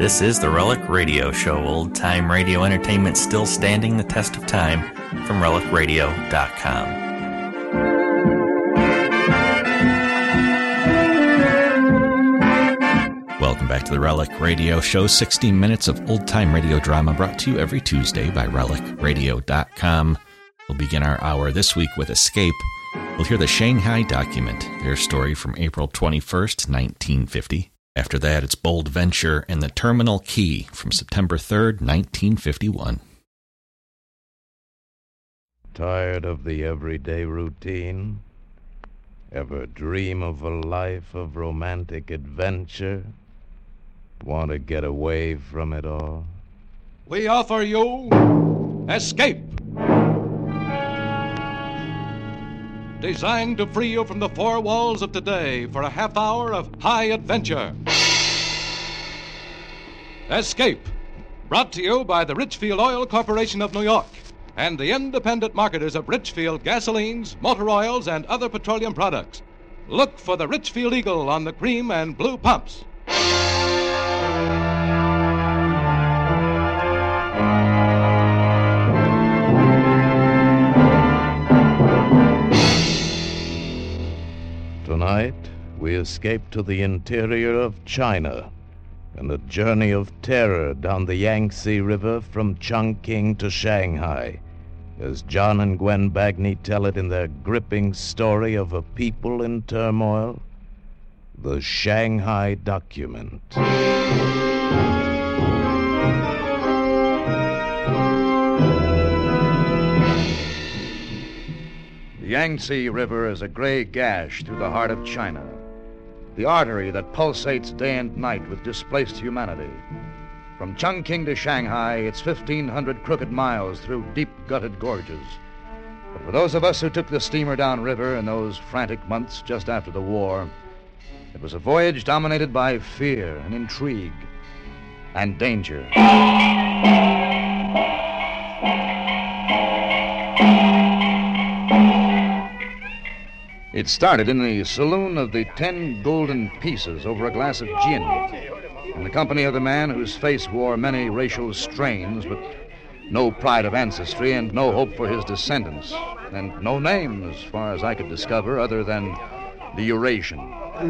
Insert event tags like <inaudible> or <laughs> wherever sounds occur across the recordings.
This is the Relic Radio Show, old time radio entertainment still standing the test of time from relicradio.com. Welcome back to the Relic Radio Show, 60 minutes of old time radio drama brought to you every Tuesday by relicradio.com. We'll begin our hour this week with Escape. We'll hear the Shanghai Document, their story from April 21st, 1950. After that, it's Bold Venture and the Terminal Key from September 3rd, 1951. Tired of the everyday routine? Ever dream of a life of romantic adventure? Want to get away from it all? We offer you Escape. Designed to free you from the four walls of today for a half hour of high adventure. Escape. Brought to you by the Richfield Oil Corporation of New York and the independent marketers of Richfield gasolines, motor oils, and other petroleum products. Look for the Richfield Eagle on the cream and blue pumps. Tonight, we escape to the interior of China and a journey of terror down the Yangtze River from Chongqing to Shanghai, as John and Gwen Bagney tell it in their gripping story of a people in turmoil the Shanghai Document. The Yangtze River is a gray gash through the heart of China, the artery that pulsates day and night with displaced humanity. From Chongqing to Shanghai, it's 1,500 crooked miles through deep gutted gorges. But for those of us who took the steamer downriver in those frantic months just after the war, it was a voyage dominated by fear and intrigue and danger. It started in the saloon of the Ten Golden Pieces over a glass of gin, in the company of the man whose face wore many racial strains, but no pride of ancestry and no hope for his descendants, and no name, as far as I could discover, other than the Eurasian.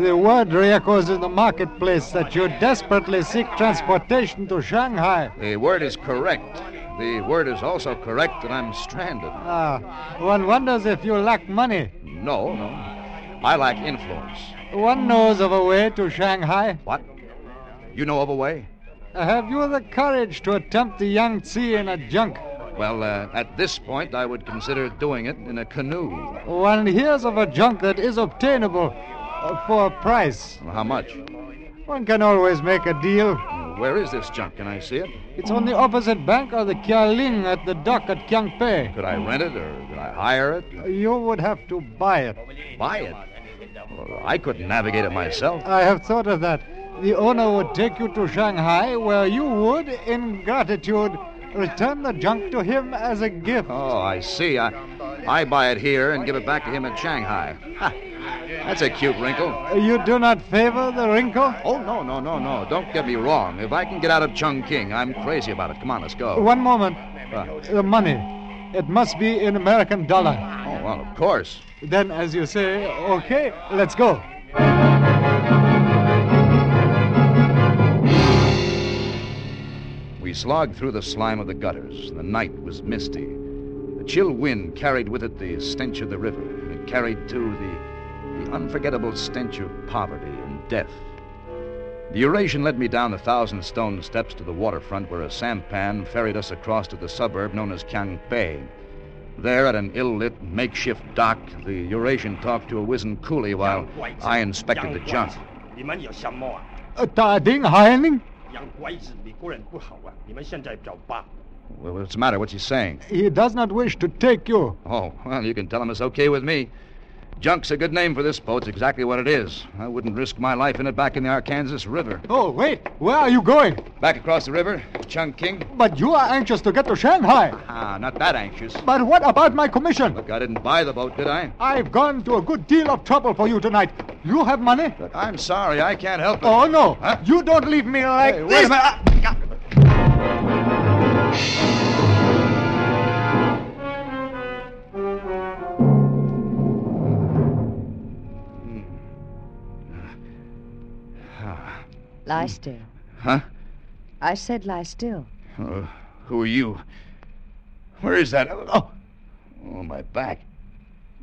The word reechoes in the marketplace that you desperately seek transportation to Shanghai. The word is correct. The word is also correct that I'm stranded. Ah, one wonders if you lack money. No, no. I lack influence. One knows of a way to Shanghai. What? You know of a way? Have you the courage to attempt the Yangtze in a junk? Well, uh, at this point, I would consider doing it in a canoe. One hears of a junk that is obtainable uh, for a price. How much? One can always make a deal. Where is this junk? Can I see it? It's on the opposite bank of the Kialing at the dock at Kiangpei. Could I rent it or could I hire it? You would have to buy it. Buy it? Well, I couldn't navigate it myself. I have thought of that. The owner would take you to Shanghai, where you would, in gratitude, return the junk to him as a gift. Oh, I see. I, I buy it here and give it back to him at Shanghai. Ha! That's a cute wrinkle. You do not favor the wrinkle? Oh, no, no, no, no. Don't get me wrong. If I can get out of Chongqing, I'm crazy about it. Come on, let's go. One moment. Uh, The money. It must be in American dollar. oh, well, of course. Then, as you say, okay, let's go. We slogged through the slime of the gutters. The night was misty. The chill wind carried with it the stench of the river. and It carried, too, the, the unforgettable stench of poverty and death. The Eurasian led me down the thousand stone steps to the waterfront where a sampan ferried us across to the suburb known as Kiangpei. There, at an ill lit makeshift dock, the Eurasian talked to a wizened coolie while I inspected the junk. 你们有什么啊？ Uh, Ta Ding Hailing? 洋拐子，美国人不好啊！你们现在找吧。 Well, what's the matter? What's he saying? He does not wish to take you. Oh, well, you can tell him it's okay with me. Junk's a good name for this boat. It's exactly what it is. I wouldn't risk my life in it back in the Arkansas River. Oh, wait. Where are you going? Back across the river, Chungking. But you are anxious to get to Shanghai. Ah, not that anxious. But what about my commission? Look, I didn't buy the boat, did I? I've gone to a good deal of trouble for you tonight. You have money? Look, I'm sorry. I can't help it. Oh, no. Huh? You don't leave me like Hey, wait this. a minute. Ah, God. Hmm. Lie still. Ah, Huh? I said lie still. Uh, who are you? Where is that? Oh, oh, my back.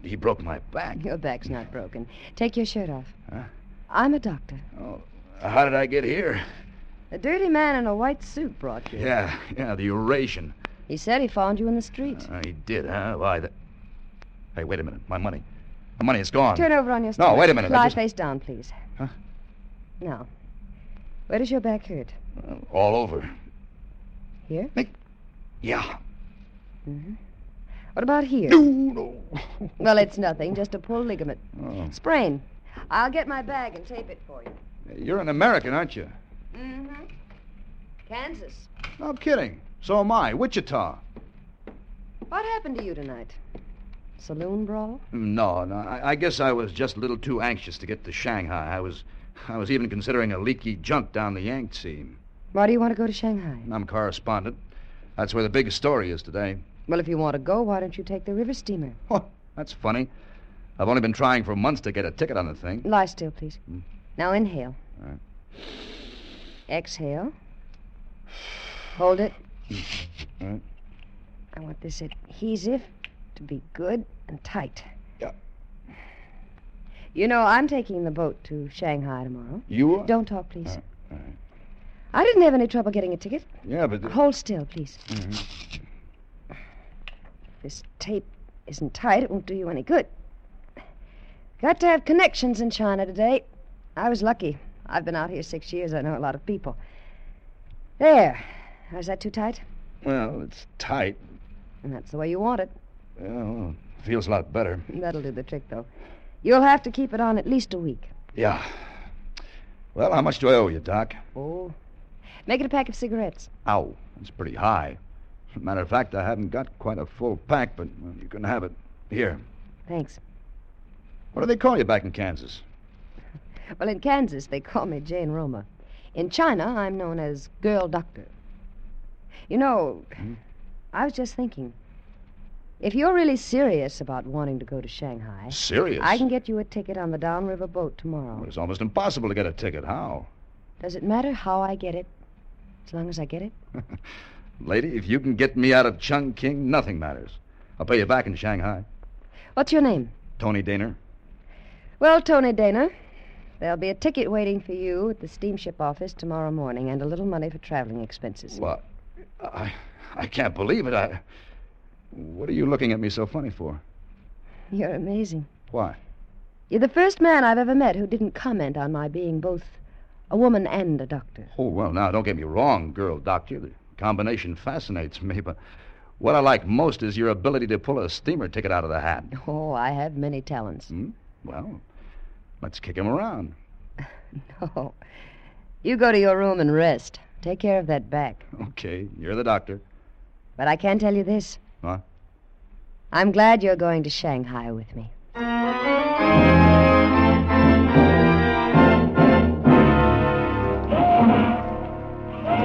He broke my back. Your back's not broken. Take your shirt off. Huh? I'm a doctor. Oh, how did I get here? A dirty man in a white suit brought you. Yeah, yeah, the Eurasian. He said he found you in the street. Uh, he did, huh? Why? The... Hey, wait a minute. My money. My money is gone. Turn over on your No, stomach. wait a minute. I Lie just- face down, please. Huh? Now, where does your back hurt? Uh, all over. Here? Mm-hmm. Yeah. What about here? No, no. <laughs> Well, it's nothing, just a pulled ligament. Oh. Sprain. I'll get my bag and tape it for you. You're an American, aren't you? Mm-hmm. Kansas. No, I'm kidding. So am I. Wichita. What happened to you tonight? Saloon brawl? No, no. I, I guess I was just a little too anxious to get to Shanghai. I was, I was even considering a leaky junk down the Yangtze. Why do you want to go to Shanghai? I'm correspondent. That's where the big story is today. Well, if you want to go, why don't you take the river steamer? Huh, that's funny. I've only been trying for months to get a ticket on the thing. Lie still, please. Now inhale. Hmm? All right. Exhale. Hold it. All right. I want this adhesive to be good and tight. Yeah. You know, I'm taking the boat to Shanghai tomorrow. You are? Don't talk, please. all right. I didn't have any trouble getting a ticket. Yeah, but. uh, Hold still, please. This tape isn't tight. It won't do you any good. Got to have connections in China today. I was lucky. I've been out here six years. I know a lot of people. There. Is that too tight? Well, it's tight. And that's the way you want it. Yeah, well, feels a lot better. That'll do the trick, though. You'll have to keep it on at least a week. Yeah. Well, how much do I owe you, Doc? Oh. Make it a pack of cigarettes. Ow, that's pretty high. Matter of fact, I haven't got quite a full pack, but well, you can have it. Here. Thanks. What do they call you back in Kansas? Well, in Kansas, they call me Jane Roma. In China, I'm known as Girl Doctor. You know, Hmm? I was just thinking. If you're really serious about wanting to go to Shanghai, Serious. I can get you a ticket on the downriver boat tomorrow. Well, it's almost impossible to get a ticket. How? Does it matter how I get it? As long as I get it? Lady, if you can get me out of Chungking, nothing matters. I'll pay you back in Shanghai. What's your name? Tony Daner. Well, Tony Dana, there'll be a ticket waiting for you at the steamship office tomorrow morning and a little money for traveling expenses. What? I, I can't believe it. I. What are you looking at me so funny for? You're amazing. Why? You're the first man I've ever met who didn't comment on my being both a woman and a doctor. Oh, well, now, don't get me wrong, girl doctor. The combination fascinates me, but what I like most is your ability to pull a steamer ticket out of the hat. Oh, I have many talents. Hmm? Well, let's kick him around. No. Oh. You go to your room and rest. Take care of that back. Okay, you're the doctor. But I can tell you this. Huh? I'm glad you're going to Shanghai with me.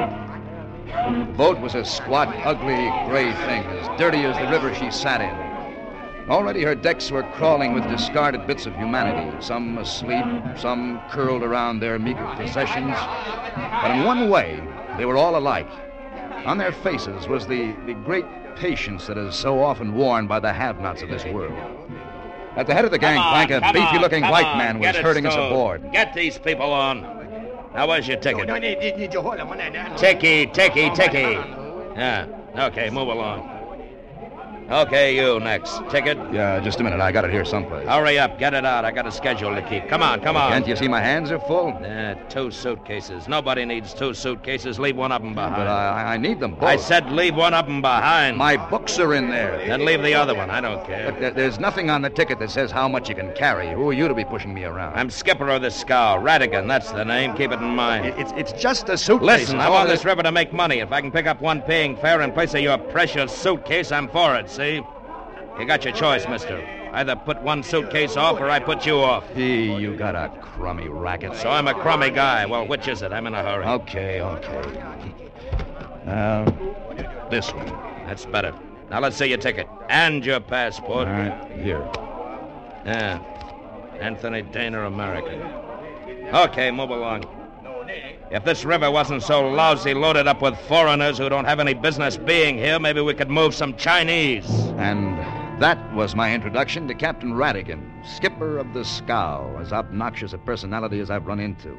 The boat was a squat, ugly, gray thing, as dirty as the river she sat in. Already her decks were crawling with discarded bits of humanity, some asleep, some curled around their meager possessions. But in one way, they were all alike. On their faces was the, the great patience that is so often worn by the have nots of this world. At the head of the gangplank, on, a come beefy on, looking come white on, man was get it herding us stowed. aboard. Get these people on. Now, where's your ticket? Take Oh, Ticky, ticky, ticky. Yeah. Okay, move along. Okay, you next. Ticket? Yeah, just a minute. I got it here someplace. Hurry up, get it out. I got a schedule to keep. Come on, come on. Can't you see my hands are full? Nah, two suitcases. Nobody needs two suitcases. Leave one of them behind. But I, I need them both. I said leave one of them behind. My books are in there. Then leave the other one. I don't care. Look, there- there's nothing on the ticket that says how much you can carry. Who are you to be pushing me around? I'm skipper of the scow. Oh, Radigan, that's the name. Keep it in mind. It- It's, it's just a suitcase. Listen, I I'm on wanna- this river to make money. If I can pick up one paying fare in place of your precious suitcase, I'm for it, see? You got your choice, mister. Either put one suitcase off or I put you off. Gee, you got a crummy racket. So I'm a crummy guy. Well, which is it? I'm in a hurry. Okay, okay. <laughs> Uh, this one. That's better. Now let's see your ticket and your passport. All right, here. Yeah. Anthony Dana, American. Okay, move along. If this river wasn't so lousy loaded up with foreigners who don't have any business being here, maybe we could move some Chinese. And that was my introduction to Captain Radigan, skipper of the scow, as obnoxious a personality as I've run into.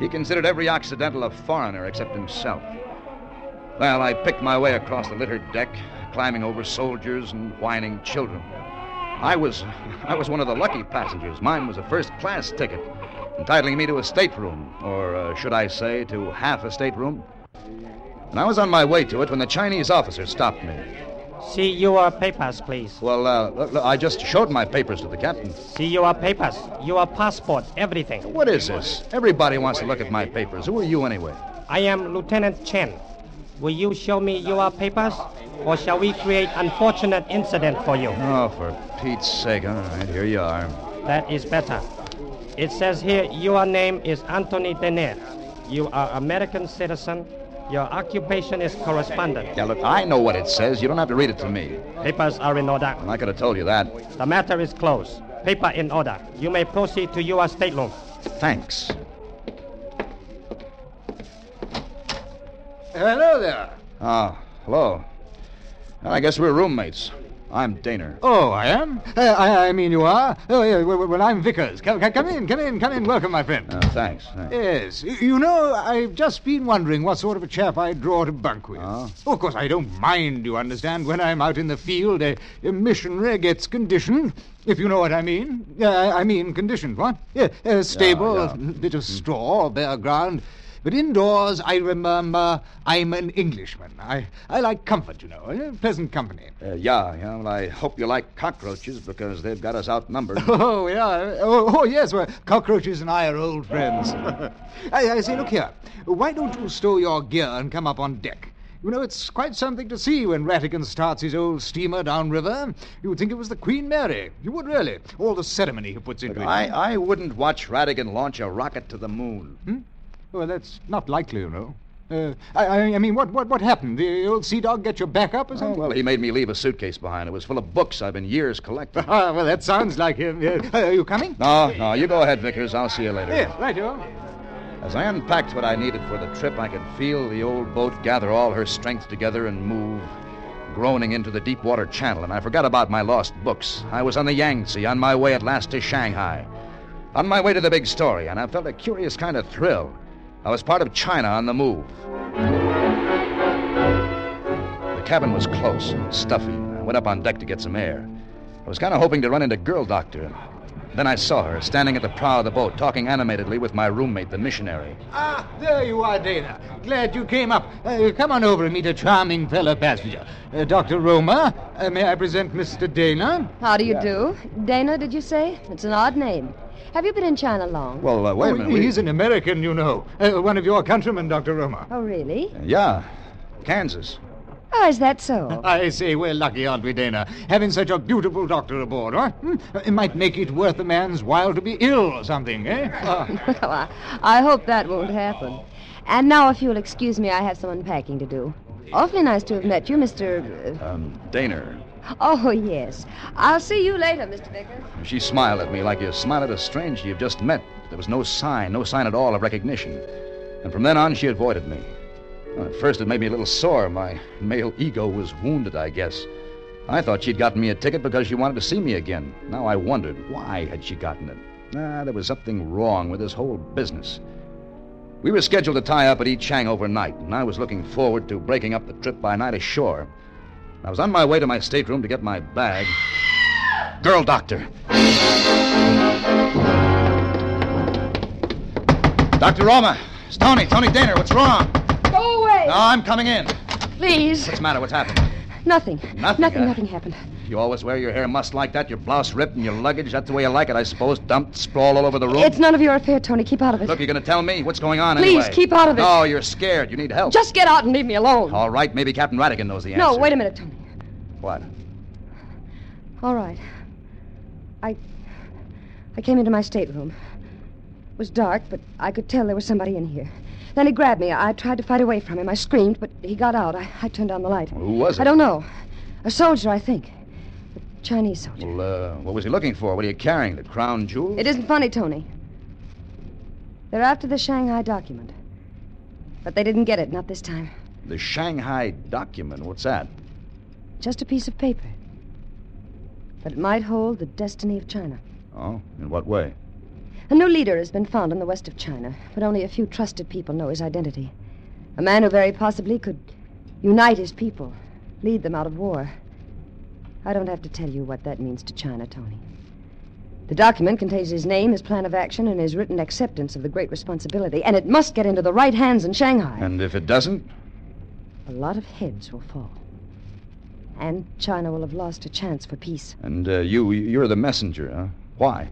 He considered every Occidental a foreigner except himself. Well, I picked my way across the littered deck, climbing over soldiers and whining children. I was <laughs> I was one of the lucky passengers. Mine was a first class ticket, entitling me to a stateroom, or uh, should I say, to half a stateroom. And I was on my way to it when the Chinese officer stopped me. See your papers, please. Well, uh, look, look, I just showed my papers to the captain. See your papers, your passport, everything. What is this? Everybody wants to look at my papers. Who are you anyway? I am Lieutenant Chen. Will you show me your papers, or shall we create unfortunate incident for you? Oh, for Pete's sake. All right, here you are. That is better. It says here your name is Anthony Denner. You are American citizen. Your occupation is correspondent. Yeah, look, I know what it says. You don't have to read it to me. Papers are in order. And I could have told you that. The matter is closed. Paper in order. You may proceed to your stateroom. Thanks. Hello there. Ah, hello. Well, I guess we're roommates. I'm Daner. Oh, I am? Uh, I, I mean, you are? Oh, yeah, well, well, I'm Vickers. Come, come, come in, come in, come in. Welcome, my friend. Uh, thanks. thanks. Yes. y- You know, I've just been wondering what sort of a chap I draw to bunk with. Ah. Of course, I don't mind, you understand, when I'm out in the field. A, a missionary gets conditioned, if you know what I mean. Yeah, I I mean conditioned, what? Yeah, uh, a stable, yeah. bit of straw, bare ground. But indoors, I remember I'm an Englishman. I, I like comfort, you know, eh, pleasant company. Uh, yeah, yeah. Well, I hope you like cockroaches because they've got us outnumbered. Oh, we are. Oh, oh, yes, well, cockroaches and I are old friends. <laughs> I, I say, look here. Why don't you stow your gear and come up on deck? You know, it's quite something to see when Ratigan starts his old steamer downriver. You'd think it was the Queen Mary. You would really. All the ceremony he puts into it. I, I wouldn't watch Radigan launch a rocket to the moon. Hmm? Well, that's not likely, <laughs> you know. Uh, I, I, I mean, what, what, what happened? The old sea dog get your back up or Oh, something? well, he made me leave a suitcase behind. It was full of books I've been years collecting. <laughs> Ah, well, that sounds like him. Yeah. Uh, are you coming? no, no, you go ahead, Vickers. I'll see you later. Yes, right, you are. As I unpacked what I needed for the trip, I could feel the old boat gather all her strength together and move, groaning into the deep water channel. And I forgot about my lost books. I was on the Yangtze, on my way at last to Shanghai, on my way to the big story, and I felt a curious kind of thrill. I was part of China on the move. The cabin was close and stuffy. I went up on deck to get some air. I was kind of hoping to run into Girl Doctor. Then I saw her standing at the prow of the boat, talking animatedly with my roommate, the missionary. Ah, there you are, Dana. Glad you came up. Uh, come on over and meet a charming fellow passenger. Uh, Dr. Roma, uh, may I present Mr. Dana? How do you do? Dana, did you say? It's an odd name. Have you been in China long? Well, uh, wait a Oh, minute. we- he's an American, you know. Uh, one of your countrymen, Dr. Roma. oh, really? Yeah, Kansas. Oh, is that so? <laughs> I say, we're lucky, aren't we, Dana? Having such a beautiful doctor aboard, huh? Hmm? Uh, It might make it worth a man's while to be ill or something, <laughs> eh? Ah, well, I, I hope that won't happen. And now, if you'll excuse me, I have some unpacking to do. Awfully nice to have met you, Mr. Um, Daner. uh, oh, yes. I'll see you later, Mr. Vickers. She smiled at me like you smile at a stranger you've just met. There was no sign, no sign at all of recognition. And from then on, she avoided me. Well, at first, it made me a little sore. My male ego was wounded, I guess. I thought she'd gotten me a ticket because she wanted to see me again. Now I wondered, why had she gotten it? Ah, there was something wrong with this whole business. We were scheduled to tie up at Yi Chang overnight, and I was looking forward to breaking up the trip by night ashore. I was on my way to my stateroom to get my bag. Girl doctor. Dr. Roma, it's Tony, Tony Danner. What's wrong? Go away! No, I'm coming in. Please. What's the matter? What's happened? Nothing. Nothing, Nothing, huh? nothing happened. You always wear your hair mussed like that, your blouse ripped, and your luggage. That's the way you like it, I suppose. Dumped, sprawled all over the room. It's none of your affair, Tony. Keep out of it. Look, you're going to tell me what's going on Please, anyway. keep out of it. No, you're scared. You need help. Just get out and leave me alone. All right, maybe Captain Radigan knows the answer. no, wait a minute, Tony. What? All right. I I came into my stateroom. It was dark, but I could tell there was somebody in here. Then he grabbed me. I tried to fight away from him. I screamed, but he got out. I, I turned down the light. Who was it? I don't know. A soldier, I think. A Chinese soldier. Well, uh, what was he looking for? What are you carrying? The crown jewel? It isn't funny, Tony. They're after the Shanghai document. But they didn't get it, not this time. The Shanghai document. What's that? Just a piece of paper. But it might hold the destiny of China. Oh, in what way? A new leader has been found in the west of China, but only a few trusted people know his identity. A man who very possibly could unite his people, lead them out of war. I don't have to tell you what that means to China, Tony. The document contains his name, his plan of action, and his written acceptance of the great responsibility, and it must get into the right hands in Shanghai. And if it doesn't? A lot of heads will fall. And China will have lost a chance for peace. And uh, you, you're the messenger, huh? Why?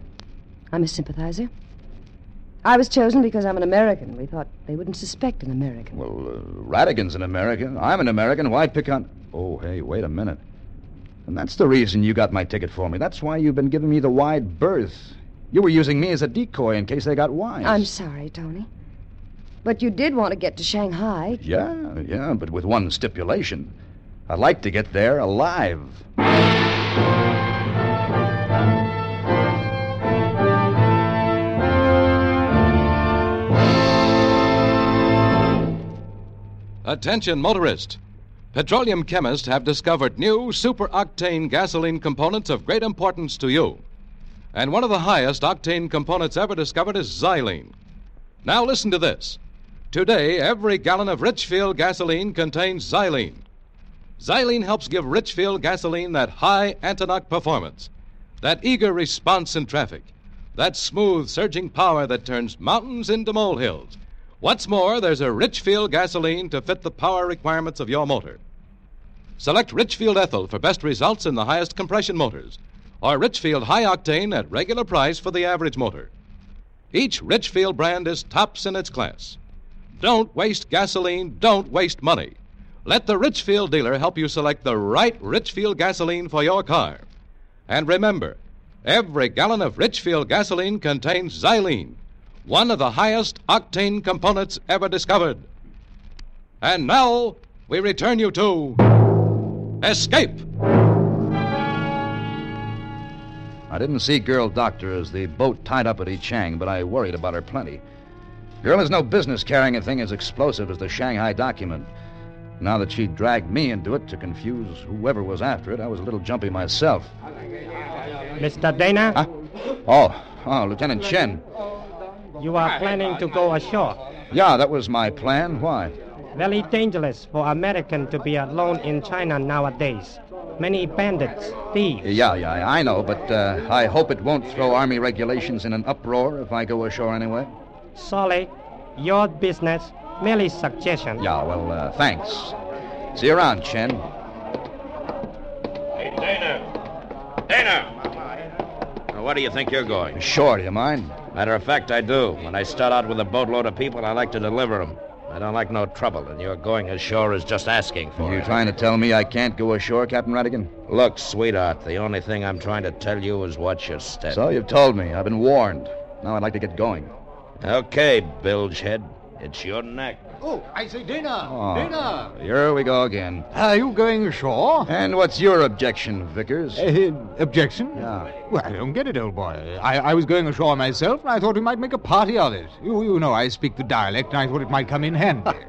I'm a sympathizer. I was chosen because I'm an American. We thought they wouldn't suspect an American. Well, uh, Radigan's an American. I'm an American. Why pick on. Oh, hey, wait a minute. And that's the reason you got my ticket for me. That's why you've been giving me the wide berth. You were using me as a decoy in case they got wise. I'm sorry, Tony. But you did want to get to Shanghai. Yeah, yeah, but with one stipulation. I'd like to get there alive. Attention, motorist. Petroleum chemists have discovered new super octane gasoline components of great importance to you. And one of the highest octane components ever discovered is xylene. Now listen to this. Today, every gallon of Richfield gasoline contains xylene. Xylene helps give Richfield gasoline that high Antinoc performance, that eager response in traffic, that smooth surging power that turns mountains into molehills. What's more, there's a Richfield gasoline to fit the power requirements of your motor. Select Richfield Ethyl for best results in the highest compression motors, or Richfield High Octane at regular price for the average motor. Each Richfield brand is tops in its class. Don't waste gasoline, don't waste money. Let the Richfield dealer help you select the right Richfield gasoline for your car. And remember, every gallon of Richfield gasoline contains xylene, one of the highest octane components ever discovered. And now we return you to Escape. I didn't see girl doctor as the boat tied up at E Chang, but I worried about her plenty. Girl has no business carrying a thing as explosive as the Shanghai document. Now that she dragged me into it to confuse whoever was after it, I was a little jumpy myself. Mr. Dana, Oh, oh, Lieutenant Chen. you are planning to go ashore. Yeah, that was my plan. Why? Very dangerous for American to be alone in China nowadays. Many bandits, thieves. Yeah, yeah, I know, but uh, I hope it won't throw Army regulations in an uproar if I go ashore anyway. Sorry, your business. Merely suggestion. Yeah, well, uh, thanks. See you around, Chen. Hey, Dana! Dana! Now, where do you think you're going? Sure, do you mind? Matter of fact, I do. When I start out with a boatload of people, I like to deliver 'em. I don't like no trouble, and your going ashore is just asking for Are you it. trying to tell me I can't go ashore, Captain Radigan? Look, sweetheart, the only thing I'm trying to tell you is watch your step. So you've told me. I've been warned. Now I'd like to get going. Okay, bilgehead. It's your neck. Oh, I say, Dana! Oh. Dana! Here we go again. Are you going ashore? And what's your objection, Vickers? Uh, objection? Yeah. Well, I don't get it, old boy. I, I was going ashore myself, and I thought we might make a party of it. You, you know I speak the dialect, and I thought it might come in handy. <laughs>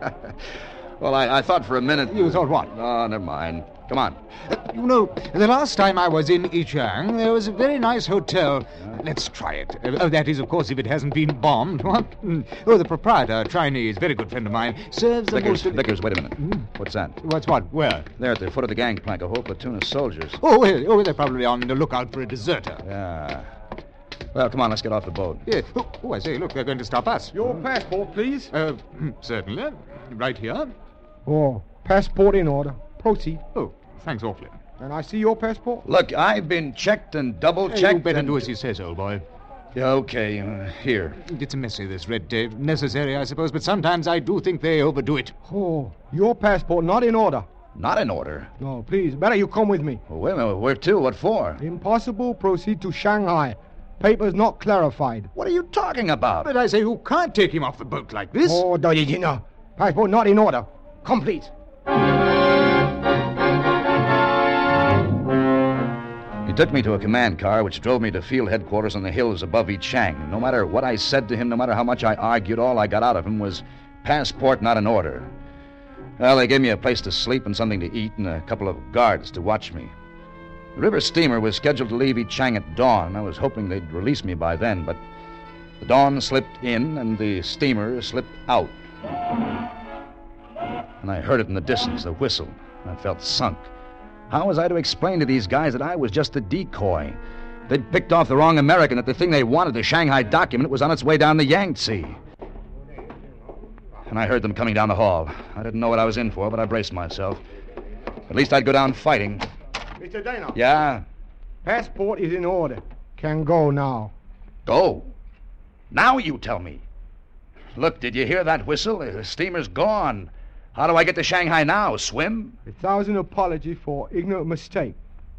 Well, I, I thought for a minute. You thought what? Uh, Oh, never mind. Come on. You know, the last time I was in Ichang, there was a very nice hotel. Let's try it. Uh, oh, that is, of course, if it hasn't been bombed. <laughs> What? Hmm. Oh, the proprietor, Chinese, very good friend of mine, serves the Vickers, most... Hmm? Vickers, wait a minute. What's that? What's what? Where? There at the foot of the gangplank, a whole platoon of soldiers. Oh, well, oh, they're probably on the lookout for a deserter. Yeah. Well, come on, let's get off the boat. Yeah. Oh, oh, I say, look, they're going to stop us. Your passport, please. Uh, hmm, certainly. Right here. Oh, passport in order. Proceed. Oh, thanks awfully. And I see your passport? Look, I've been checked and double Hey, checked. you better and... do as he says, old boy. Yeah, okay, uh, here. It's messy, this red tape. Necessary, I suppose, but sometimes I do think they overdo it. Oh, your passport not in order. Not in order. No, please, better you come with me. Well, wait a minute, where to? What for? Impossible, proceed to Shanghai. Papers not clarified. What are you talking about? But I say, you can't take him off the boat like this. Oh, Dojina. Passport not in order. Complete. He took me to a command car, which drove me to field headquarters on the hills above Yichang. No matter what I said to him, no matter how much I argued, all I got out of him was passport not in order. Well, they gave me a place to sleep and something to eat and a couple of guards to watch me. The river steamer was scheduled to leave Yichang at dawn. I was hoping they'd release me by then, but the dawn slipped in and the steamer slipped out. And I heard it in the distance, the whistle. I felt sunk. How was I to explain to these guys that I was just a decoy? They'd picked off the wrong American, that the thing they wanted, the Shanghai document, was on its way down the Yangtze. And I heard them coming down the hall. I didn't know what I was in for, but I braced myself. At least I'd go down fighting. Mr. Dana. Yeah, Passport is in order. Can go now. go. Now you tell me. Look, did you hear that whistle? The steamer's gone. How do I get to Shanghai now? Swim? A thousand apology for ignorant mistake.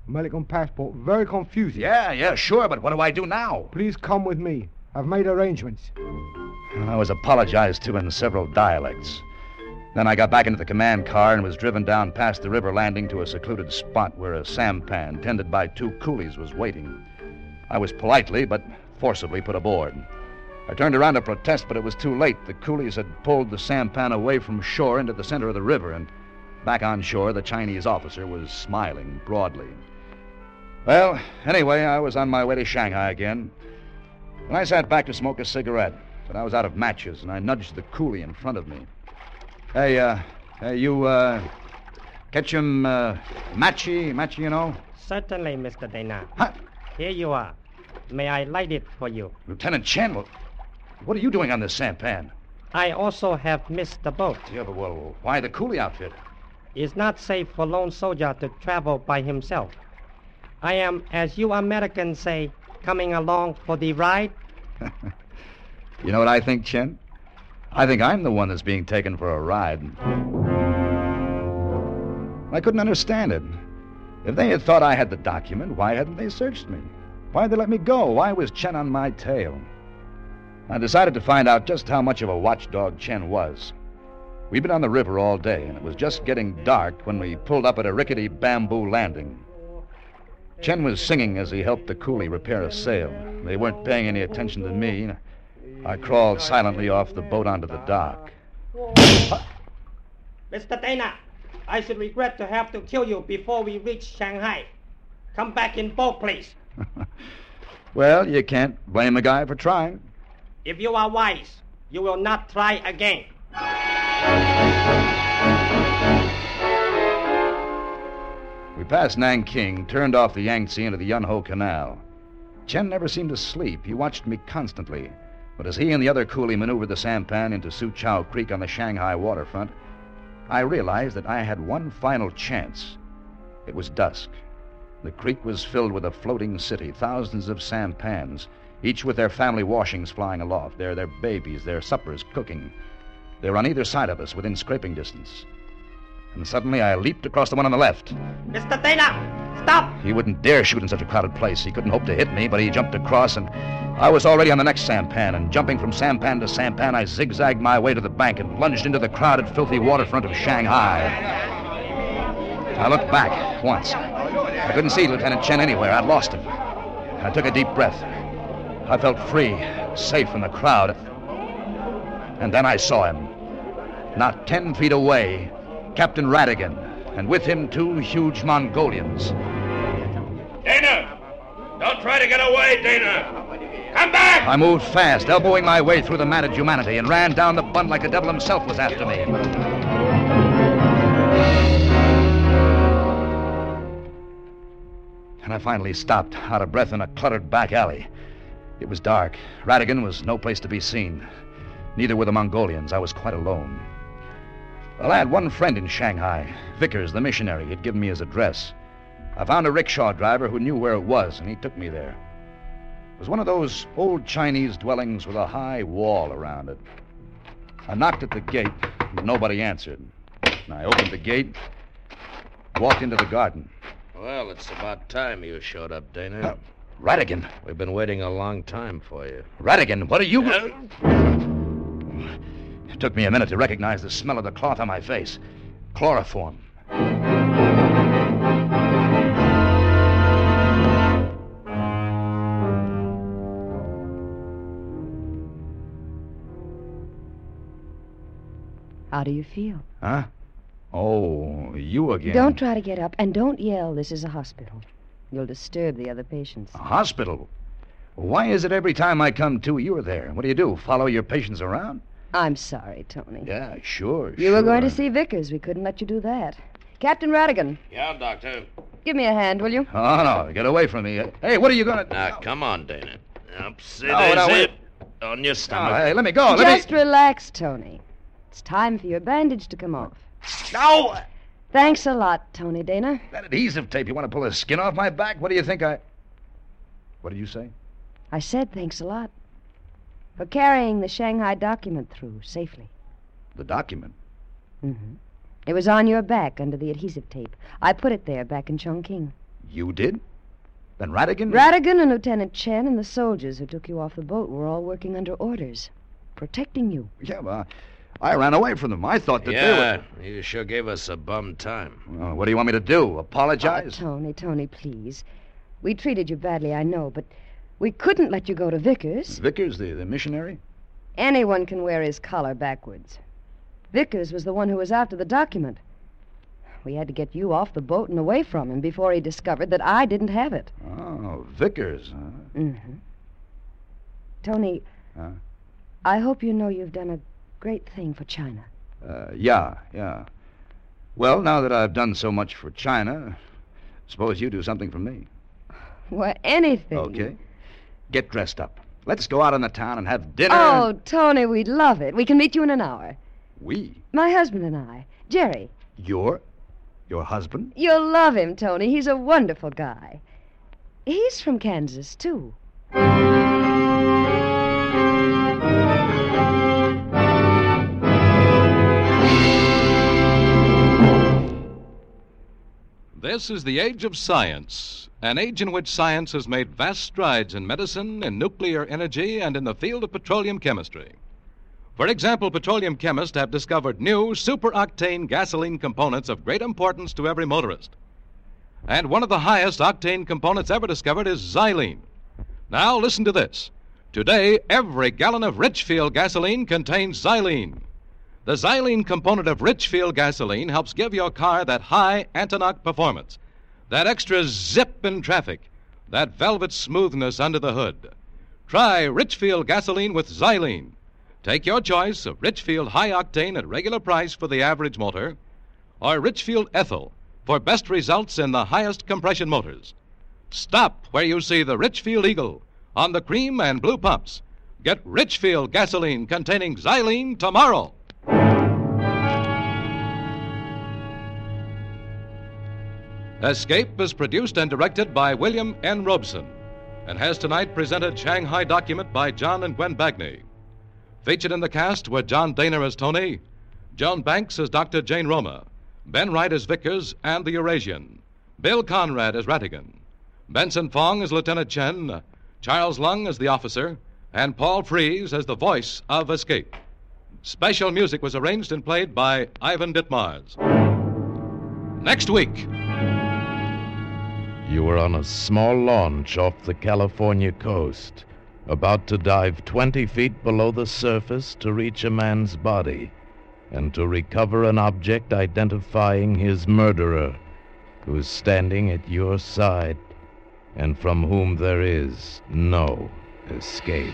American passport, very confusing. Yeah, yeah, sure, but what do I do now? Please come with me. I've made arrangements. I was apologized to in several dialects. Then I got back into the command car and was driven down past the river landing to a secluded spot where a sampan tended by two coolies was waiting. I was politely but forcibly put aboard. I turned around to protest, but it was too late. The coolies had pulled the sampan away from shore into the center of the river, and back on shore, the Chinese officer was smiling broadly. Well, anyway, I was on my way to Shanghai again. And I sat back to smoke a cigarette, but I was out of matches, and I nudged the coolie in front of me. Hey, uh, hey, you, uh, catch him, uh, Matchy, Matchy, you know? Certainly, Mr. Dana. Huh? Here you are. May I light it for you? Lieutenant Chen, well, what are you doing on this sampan? I also have missed the boat. Yeah, but well, why the coolie outfit? It's not safe for lone soldier to travel by himself. I am, as you Americans say, coming along for the ride. You know what I think, Chen? I think I'm the one that's being taken for a ride. I couldn't understand it. If they had thought I had the document, why hadn't they searched me? Why'd they let me go? Why was Chen on my tail? I decided to find out just how much of a watchdog Chen was. We'd been on the river all day, and it was just getting dark when we pulled up at a rickety bamboo landing. Chen was singing as he helped the coolie repair a sail. They weren't paying any attention to me. I crawled silently off the boat onto the dock. Mr. Dana, I should regret to have to kill you before we reach Shanghai. Come back in boat, please. Well, you can't blame a guy for trying. If you are wise, you will not try again. We passed Nanking, turned off the Yangtze into the Yunho Canal. Chen never seemed to sleep. He watched me constantly. But as he and the other coolie maneuvered the sampan into Su Chow Creek on the Shanghai waterfront, I realized that I had one final chance. It was dusk. The creek was filled with a floating city, thousands of sampans, each with their family washings flying aloft, their, their babies, their suppers cooking. They were on either side of us, within scraping distance. And suddenly I leaped across the one on the left. Mr. Dana, stop! He wouldn't dare shoot in such a crowded place. He couldn't hope to hit me, but he jumped across, and I was already on the next sampan. And jumping from sampan to sampan, I zigzagged my way to the bank and lunged into the crowded, filthy waterfront of Shanghai. I looked back once. I couldn't see Lieutenant Chen anywhere. I'd lost him. I took a deep breath. I felt free, safe from the crowd. And then I saw him. Not ten feet away, Captain Radigan, and with him two huge Mongolians. Dana! Don't try to get away, Dana! Come back! I moved fast, elbowing my way through the matted humanity, and ran down the bund like the devil himself was after me. And I finally stopped, out of breath, in a cluttered back alley. It was dark. Radigan was no place to be seen. Neither were the Mongolians. I was quite alone. Well, I had one friend in Shanghai, Vickers, the missionary. He'd given me his address. I found a rickshaw driver who knew where it was, and he took me there. It was one of those old Chinese dwellings with a high wall around it. I knocked at the gate, but nobody answered. And I opened the gate, walked into the garden. Well, it's about time you showed up, Dana. Radigan. We've been waiting a long time for you. Radigan, what are you. It took me a minute to recognize the smell of the cloth on my face. Chloroform. How do you feel? Huh? Oh, you again. Don't try to get up and don't yell. This is a hospital. You'll disturb the other patients. Oh. Hospital? Why is it every time I come to, you're there? What do you do? Follow your patients around? I'm sorry, Tony. Yeah, sure. You were going to see Vickers. We couldn't let you do that. Captain Radigan, Yeah, Doctor. give me a hand, will you? Oh, no. Get away from me. Hey, what are you going to. Now, come on, Dana. Up, sit, No, Oh, no, is wait. it? On your stomach. hey, let me go. Let Just relax, Tony. It's time for your bandage to come off. No! Thanks a lot, Tony Dana. That adhesive tape. You want to pull the skin off my back? What do you think I. What did you say? I said thanks a lot for carrying the Shanghai document through safely. The document. Mm-hmm. It was on your back under the adhesive tape. I put it there back in Chongqing. You did? Then Radigan? Radigan and Lieutenant Chen and the soldiers who took you off the boat were all working under orders, protecting you. Yeah, well, I ran away from them. I thought that yeah, they you sure gave us a bum time. were. Well, what do you want me to do? Oh, Apologize? Tony, Tony, please. We treated you badly, I know, but we couldn't let you go to Vickers. Vickers, the, the missionary? Anyone can wear his collar backwards. Vickers was the one who was after the document. We had to get you off the boat and away from him before he discovered that I didn't have it. Oh, Vickers, huh? Mm-hmm. Tony, Huh? I hope you know you've done a great thing for China. Uh, yeah, yeah. Well, now that I've done so much for China, suppose you do something for me. Well, anything. Okay. Get dressed up. Let's go out in the town and have dinner. Oh, Tony, we'd love it. We can meet you in an hour. We? My husband and I. Jerry. Your? Your husband? You'll love him, Tony. He's a wonderful guy. He's from Kansas, too. This is the age of science, an age in which science has made vast strides in medicine, in nuclear energy, and in the field of petroleum chemistry. For example, petroleum chemists have discovered new superoctane gasoline components of great importance to every motorist. And one of the highest octane components ever discovered is xylene. Now listen to this. Today, every gallon of Richfield gasoline contains xylene. The xylene component of Richfield gasoline helps give your car that high Antonach performance, that extra zip in traffic, that velvet smoothness under the hood. Try Richfield gasoline with xylene. Take your choice of Richfield high octane at regular price for the average motor, or Richfield ethyl for best results in the highest compression motors. Stop where you see the Richfield Eagle on the cream and blue pumps. Get Richfield gasoline containing xylene tomorrow. Escape is produced and directed by William N. Robeson and has tonight presented Shanghai Document by John and Gwen Bagney. Featured in the cast were John Dana as Tony, Joan Banks as Dr. Jane Roma, Ben Wright as Vickers and the Eurasian, Bill Conrad as Ratigan, Benson Fong as Lieutenant Chen, Charles Lung as the officer, and Paul Fries as the voice of Escape. Special music was arranged and played by Ivan Ditmars. Next week. You were on a small launch off the California coast, about to dive 20 feet below the surface to reach a man's body, and to recover an object identifying his murderer, who is standing at your side and from whom there is no escape.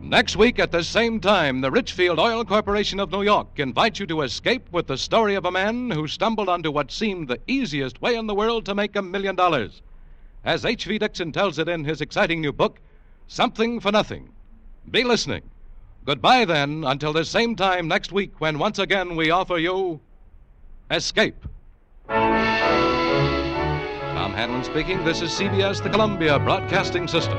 Next week at the same time, the Richfield Oil Corporation of New York invites you to escape with the story of a man who stumbled onto what seemed the easiest way in the world to make a million dollars. As H.V. Dixon tells it in his exciting new book, Something for Nothing. Be listening. Goodbye then until the same time next week when once again we offer you Escape. Tom Hanlon speaking. This is CBS, the Columbia Broadcasting System.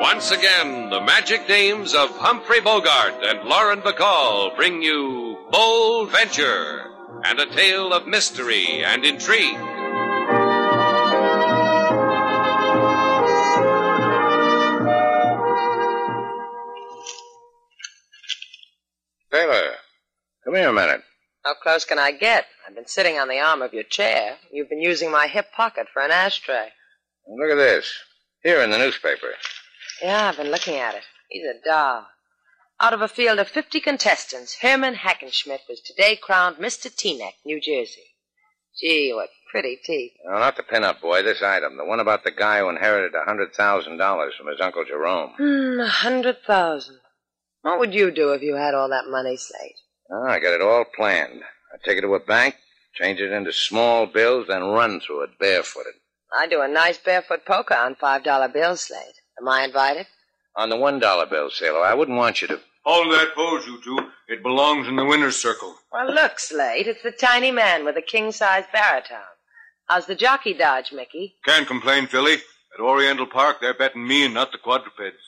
Once again, the magic names of Humphrey Bogart and Lauren Bacall bring you Bold Venture and a tale of mystery and intrigue. Taylor, come here a minute. How close can I get? I've been sitting on the arm of your chair. You've been using my hip pocket for an ashtray. Look at this. Here in the newspaper. Yeah, I've been looking at it. He's a doll. Out of a field of 50 contestants, Herman Hackenschmidt was today crowned Mr. Teaneck, New Jersey. Gee, what pretty teeth. No, not the pinup boy, this item. The one about the guy who inherited a $100,000 from his Uncle Jerome. Hmm, a hundred thousand. What would you do if you had all that money saved? Oh, I got it all planned. I take it to a bank, change it into small bills, then run through it barefooted. I do a nice barefoot poker on five dollar bill slate. Am I invited? On the $1 bill, Sailor, I wouldn't want you to. Hold that pose, you two. It belongs in the winner's circle. Well, look, Slade, it's the tiny man with a king-size baritone. How's the jockey dodge, Mickey? Can't complain, Philly. At Oriental Park, they're betting me and not the quadrupeds.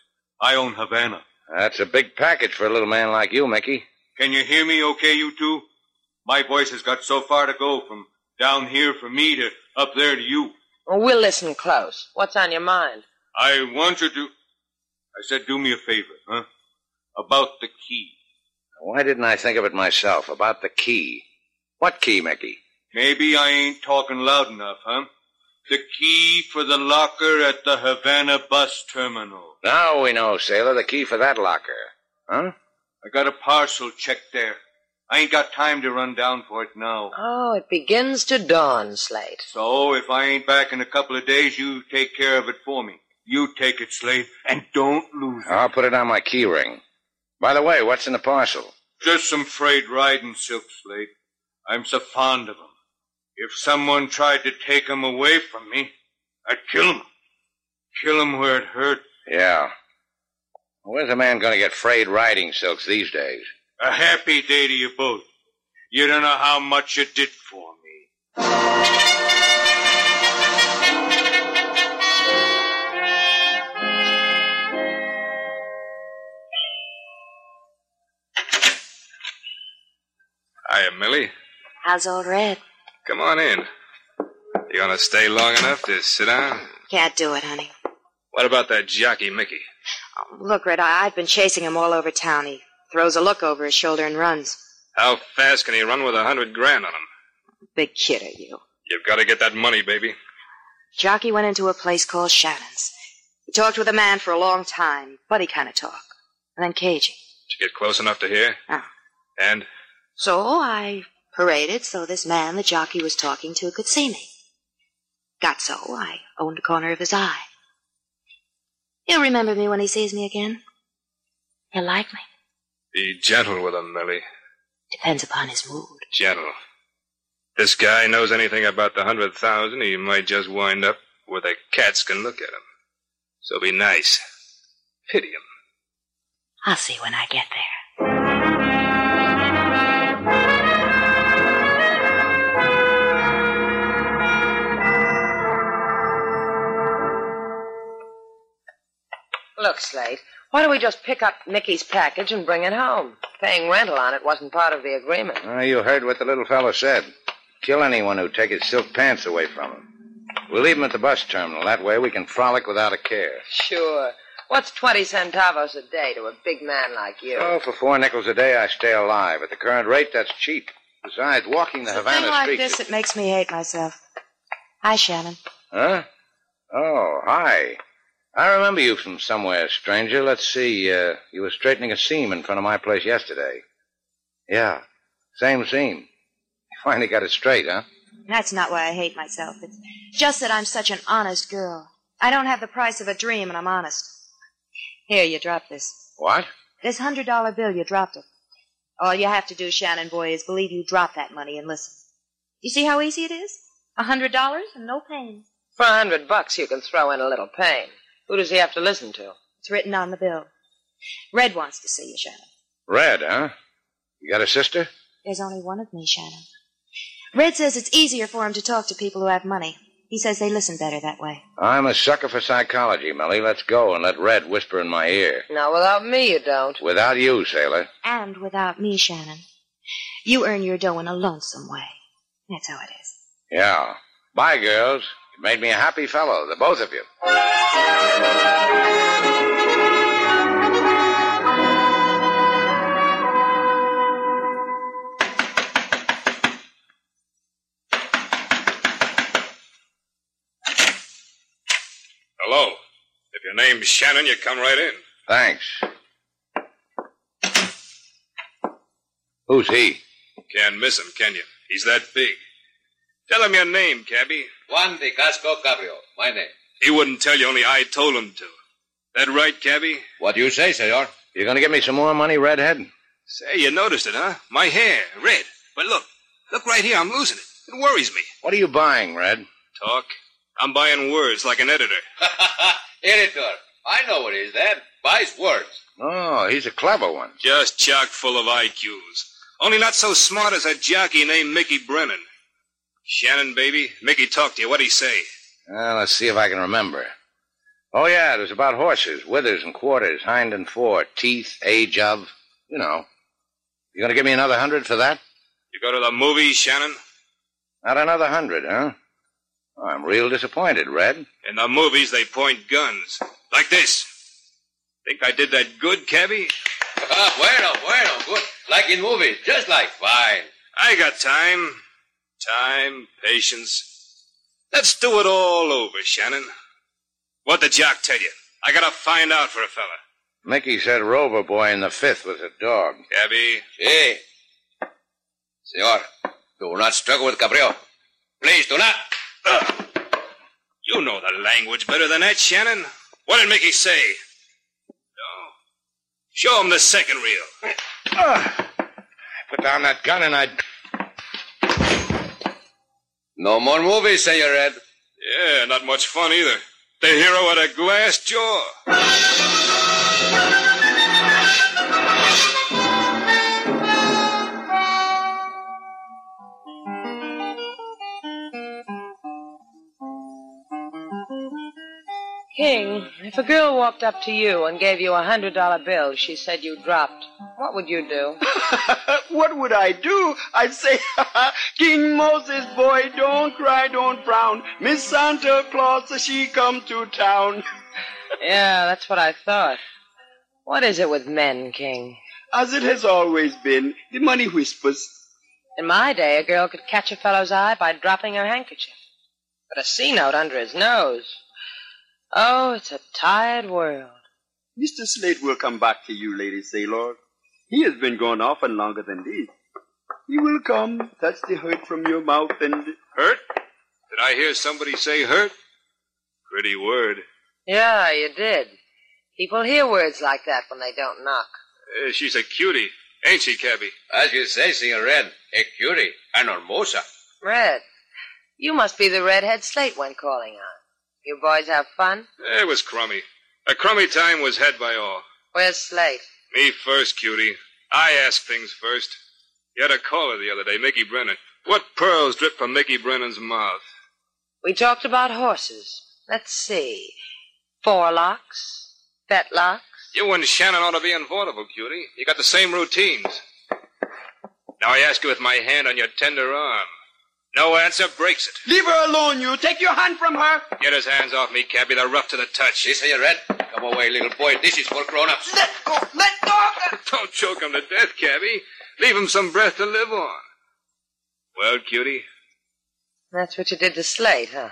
I own Havana. That's a big package for a little man like you, Mickey. Can you hear me okay, you two? My voice has got so far to go from down here for me to up there to you. Well, we'll listen close. What's on your mind? I want you to. I said, do me a favor, huh? About the key. Why didn't I think of it myself, about the key? What key, Mickey? Maybe I ain't talking loud enough, huh? The key for the locker at the Havana bus terminal. Now we know, Sailor, the key for that locker. Huh? I got a parcel check there. I ain't got time to run down for it now. Oh, it begins to dawn, Slade. So if I ain't back in a couple of days, you take care of it for me. You take it, Slade, and don't lose it. I'll put it on my key ring. By the way, what's in the parcel? Just some frayed riding silks, Slade. I'm so fond of 'em. If someone tried to take 'em away from me, I'd kill 'em. Kill 'em where it hurt. Yeah. Where's a man going to get frayed riding silks these days? A happy day to you both. You don't know how much you did for me. Hiya, Millie. How's old Red? Come on in. You gonna stay long enough to sit down? Can't do it, honey. What about that jockey, Mickey? Look, Red, I- I've been chasing him all over town. He throws a look over his shoulder and runs. How fast can he run with a hundred grand on him? Big kid are you. You've got to get that money, baby. Jockey went into a place called Shannon's. He talked with a man for a long time, buddy kind of talk, and then caging. Did you get close enough to hear? Oh. And? So I paraded so this man the jockey was talking to could see me. Got so I owned a corner of his eye. He'll remember me when he sees me again. He'll like me. Be gentle with him, Millie. Depends upon his mood. Gentle. This guy knows anything about the hundred thousand, he might just wind up where the cats can look at him. So be nice. Pity him. I'll see when I get there. Look, Slade, why don't we just pick up Nicky's package and bring it home? Paying rental on it wasn't part of the agreement. Well, you heard what the little fellow said. Kill anyone who take his silk pants away from him. We'll leave him at the bus terminal. That way we can frolic without a care. Sure. What's 20 centavos a day to a big man like you? Oh, for four nickels a day, I stay alive. At the current rate, that's cheap. Besides, walking the Havana Thing like streets. this, it makes me hate myself. Hi, Shannon. Huh? Oh, hi. I remember you from somewhere, stranger. Let's see. Uh, you were straightening a seam in front of my place yesterday. Yeah, same seam. <laughs> You finally got it straight, huh? That's not why I hate myself. It's just that I'm such an honest girl. I don't have the price of a dream, and I'm honest. Here, you dropped this. What? This hundred dollar bill, you dropped it. All you have to do, Shannon boy, is believe you dropped that money and listen. You see how easy it is? A hundred dollars and no pain. For a hundred bucks, you can throw in a little pain. Who does he have to listen to? It's written on the bill. Red wants to see you, Shannon. Red, huh? You got a sister? There's only one of me, Shannon. Red says it's easier for him to talk to people who have money. He says they listen better that way. I'm a sucker for psychology, Millie. Let's go and let Red whisper in my ear. Now, without me, you don't. Without you, sailor. And without me, Shannon. You earn your dough in a lonesome way. That's how it is. Yeah. Bye, girls. You made me a happy fellow, the both of you. Hello. If your name's Shannon, you come right in. Thanks. Who's he? Can't miss him, can you? He's that big. Tell him your name, cabby. Juan de Casco Cabrio, my name. He wouldn't tell you, only I told him to. That right, cabby? What do you say, senor? You gonna give me some more money, redhead? Say, you noticed it, huh? My hair, red. But look, look right here, I'm losing it. It worries me. What are you buying, Red? Talk. I'm buying words like an editor. <laughs> Editor, I know what is that. Buys words. Oh, he's a clever one. Just chock full of IQs. Only not so smart as a jockey named Mickey Brennan. Shannon, baby, Mickey talked to you. What'd he say? Well, let's see if I can remember. Oh, yeah, it was about horses, withers and quarters, hind and fore, teeth, age of, you know. You gonna give me another hundred for that? You go to the movies, Shannon? Not another hundred, huh? Oh, I'm real disappointed, Red. In the movies, they point guns. Like this. Think I did that good, <laughs> cabby? Ah, bueno, bueno, good. Like in movies, just like fine. I got time. Time, patience. Let's do it all over, Shannon. What did Jock tell you? I gotta find out for a fella. Mickey said Rover Boy in the fifth was a dog. Cabby. Hey. Senor, do not struggle with Cabrio. Please do not. You know the language better than that, Shannon. What did Mickey say? No. Show him the second reel. Put down that gun and I'd. No more movies, senor Ed. Yeah, not much fun either. The hero had a glass jaw. King, if a girl walked up to you and gave you a hundred dollar bill she said you dropped, what would you do? what would I do? I'd say, <laughs> King Moses, boy, don't cry, don't frown. Miss Santa Claus, she come to town. yeah, that's what I thought. What is it with men, King? As it has always been, the money whispers. In my day, a girl could catch a fellow's eye by dropping her handkerchief. But a C note under his nose. Oh, it's a tired world. Mr. Slade will come back to you, Lady Sailor. He has been gone often longer than these. He will come, touch the hurt from your mouth, and Hurt? Did I hear somebody say hurt? Pretty word. Yeah, you did. People hear words like that when they don't knock. Eh, she's a cutie, ain't she, Cabby? As you say, Senor Red, a curie, an hermosa. Red, you must be the redhead Slate went calling on. You boys have fun? Eh, It was crummy. A crummy time was had by all. Where's Slate? Me first, cutie. I ask things first. You had a caller the other day, Mickey Brennan. What pearls dripped from Mickey Brennan's mouth? We talked about horses. Let's see. Forelocks, fetlocks. You and Shannon ought to be in vaudeville, cutie. You got the same routines. Now I ask you with my hand on your tender arm. No answer breaks it. leave her alone, you. Take your hand from her. Get his hands off me, Cabby. They're rough to the touch. This here, Red. Come away, little boy. This is for grown-ups. Let go. Let go. Don't choke him to death, Cabby. Leave him some breath to live on. Well, cutie, That's what you did to Slate, huh?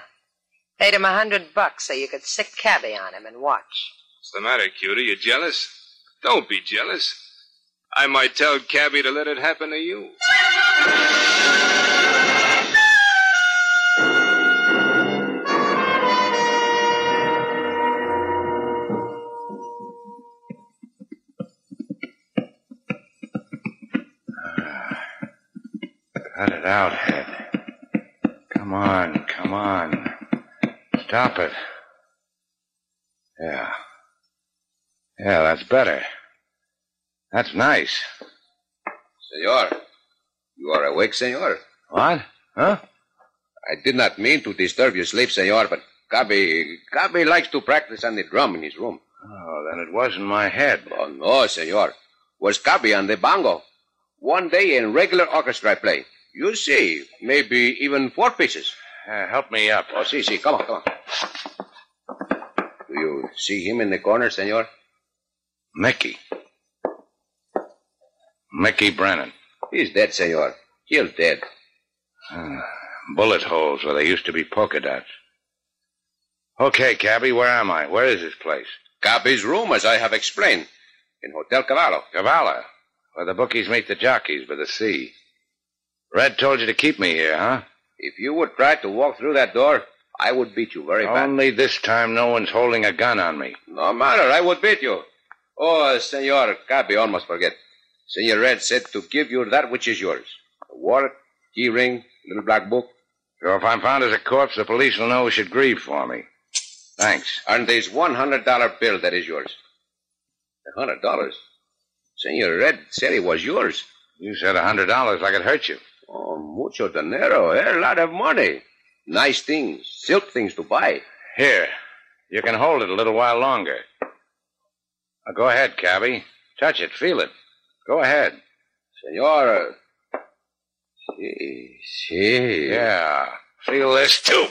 Paid him a hundred bucks so you could sick cabby on him and watch. what's the matter, cutie? You jealous? Don't be jealous. I might tell Cabby to let it happen to you. <sighs> Cut it out, Head. Come on, come on. Stop it. Yeah. Yeah, that's better. That's nice. Senor, you are awake, senor. What? Huh? I did not mean to disturb your sleep, senor, but Gabi, Gabi likes to practice on the drum in his room. Oh, then it was in my head. Oh, no, senor. Was Gabi on the bongo. One day in regular orchestra play. You see, maybe even four pieces. Uh, help me up. Oh, see, see, come on, come on. Do you see him in the corner, senor? Mickey. Mickey Brennan. He's dead, senor. He's dead. Hmm. Bullet holes where they used to be polka dots. Okay, Cabby, where am I? Where is this place? Gabi's room, as I have explained, in Hotel Cavallo. Cavala, where the bookies meet the jockeys by the sea. Red told you to keep me here, huh? If you would try to walk through that door, I would beat you very bad. Only this time no one's holding a gun on me. No matter, I would beat you. Oh, senor, Gabi almost forget. Senor Red said to give you that which is yours. A wallet, key ring, little black book. So if I'm found as a corpse, the police will know who should grieve for me. Thanks. And there's one hundred dollar bill that is yours. A hundred dollars? Senor Red said it was yours. You said a hundred dollars like it hurt you. Oh, mucho dinero, eh? A lot of money. Nice things, silk things to buy. Here, you can hold it a little while longer. Now go ahead, Cabby. Touch it, feel it. Go ahead. Senor. uh, Si, si. Yeah. Feel this too.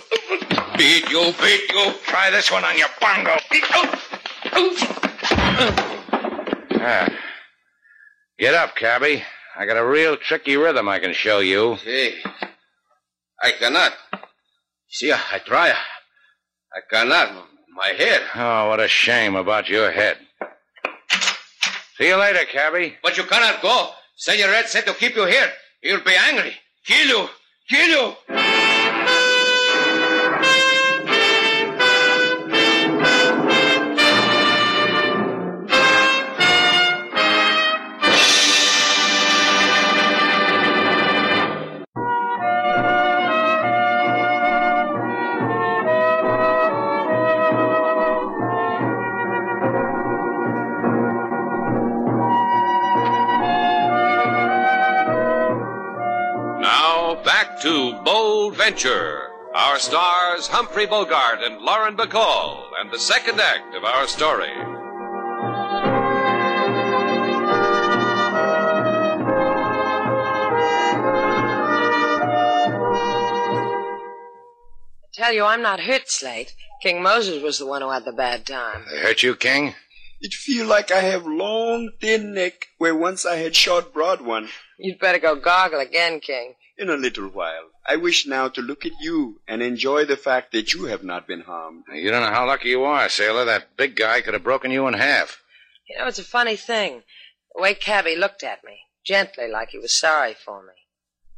Beat you, beat you. Try this one on your bongo. Ah. Get up, Cabby. I got a real tricky rhythm I can show you. Si. I cannot. See, I try. I cannot. My head. Oh, what a shame about your head. See you later, Cabby. But you cannot go. Senor Red said to keep you here. He'll be angry. Kill you. Kill you. Now back to Bold Venture. Our stars Humphrey Bogart and Lauren Bacall, and the second act of our story. I tell you, I'm not hurt, Slate. King Moses was the one who had the bad time. They hurt you, King? It feel like I have long, thin neck where once I had short, broad one. You'd better go goggle again, King. In a little while, I wish now to look at you and enjoy the fact that you have not been harmed. You don't know how lucky you are, sailor. That big guy could have broken you in half. You know, it's a funny thing. The way Cabby looked at me, gently, like he was sorry for me.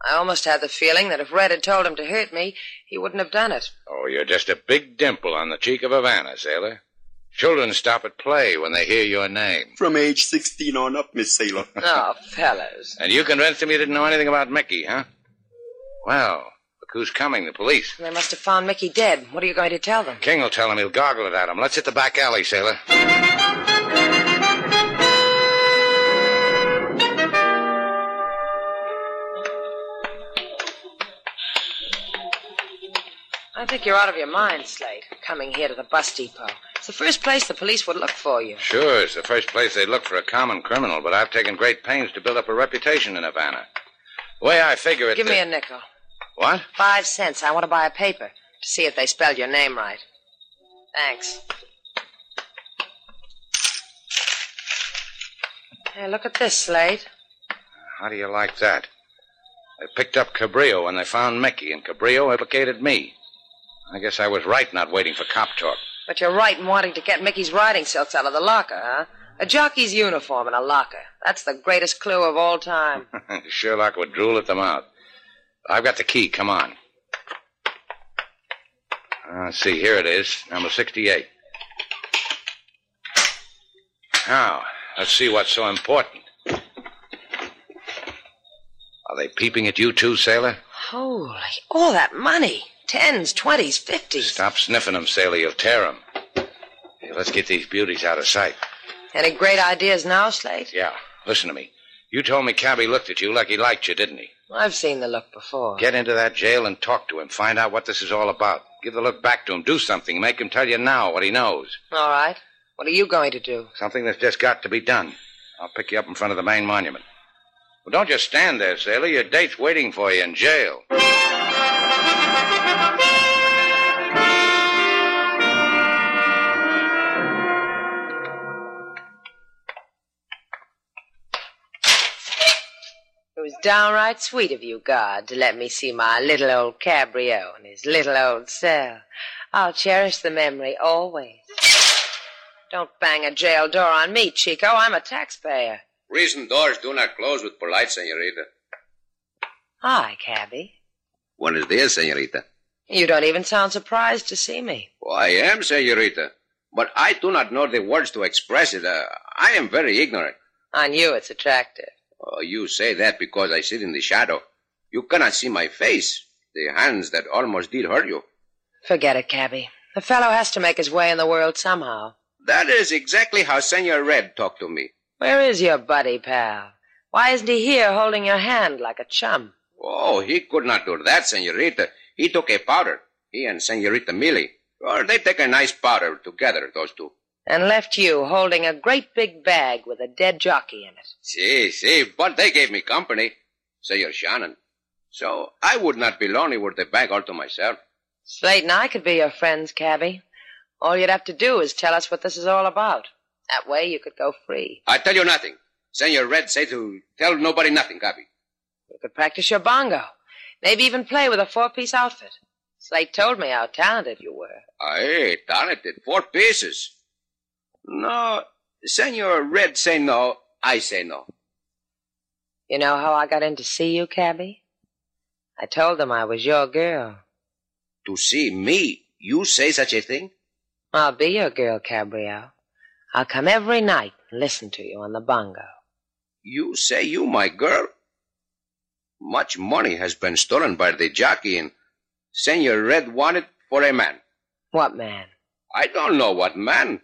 I almost had the feeling that if Red had told him to hurt me, he wouldn't have done it. Oh, you're just a big dimple on the cheek of Havana, sailor. Children stop at play when they hear your name. From age 16 on up, Miss Sailor. Oh, fellas. <laughs> And you convinced him you didn't know anything about Mickey, huh? Well, look who's coming, the police. They must have found Mickey dead. What are you going to tell them? King will tell him he'll goggle it at him. Let's hit the back alley, sailor. I think you're out of your mind, Slade, coming here to the bus depot. It's the first place the police would look for you. Sure, it's the first place they look for a common criminal, but I've taken great pains to build up a reputation in Havana. The way I figure it. Give me the- a nickel. What? Five cents. I want to buy a paper to see if they spelled your name right. Thanks. Hey, look at this, Slade. How do you like that? They picked up Cabrillo when they found Mickey, and Cabrillo implicated me. I guess I was right not waiting for cop talk. <laughs> But you're right in wanting to get Mickey's riding silks out of the locker, huh? A jockey's uniform in a locker. That's the greatest clue of all time. Sherlock would drool at the mouth. I've got the key. Come on. Uh, let's see. Here it is. Number 68. Now, let's see what's so important. Are they peeping at you, too, sailor? Holy, all that money. Tens, twenties, fifties. Stop sniffing them, sailor. You'll tear them. let's get these beauties out of sight. Any great ideas now, Slade? Yeah. Listen to me. You told me Cabby looked at you like he liked you, didn't he? I've seen the look before. Get into that jail and talk to him. Find out what this is all about. Give the look back to him. Do something. Make him tell you now what he knows. All right. What are you going to do? Something that's just got to be done. I'll pick you up in front of the main monument. Well, don't just stand there, sailor. Your date's waiting for you in jail. It was downright sweet of you, God, to let me see my little old cabrio in his little old cell. I'll cherish the memory always. Don't bang a jail door on me, Chico. I'm a taxpayer. Prison doors do not close with polite, senorita. Hi, Cabby. Buenos dias, senorita. You don't even sound surprised to see me. Oh, I am, senorita. But I do not know the words to express it. Uh, I am very ignorant. On you, it's attractive. Oh, you say that because I sit in the shadow. You cannot see my face. The hands that almost did hurt you. Forget it, Cabby. The fellow has to make his way in the world somehow. That is exactly how Senor Red talked to me. Where is your buddy, pal? Why isn't he here holding your hand like a chum? Oh, he could not do that, senorita. He took a powder. He and senorita Millie. Or they take a nice powder together, those two. And left you holding a great big bag with a dead jockey in it. See, see, but they gave me company, Senor Shannon. So I would not be lonely with the bag all to myself. Slate and I could be your friends, Cabby. All you'd have to do is tell us what this is all about. That way you could go free. I tell you nothing. Senor Red say to tell nobody nothing, copy. You could practice your bongo. Maybe even play with a four-piece outfit. Slate told me how talented you were. Aye, talented. Four pieces. No, Senor Red say no, I say no. You know how I got in to see you, Cabby? I told them I was your girl. To see me, you say such a thing? I'll be your girl, Cabrio. I'll come every night and listen to you on the bongo. You say you my girl? Much money has been stolen by the jockey and Senor Red wanted for a man. What man? I don't know what man.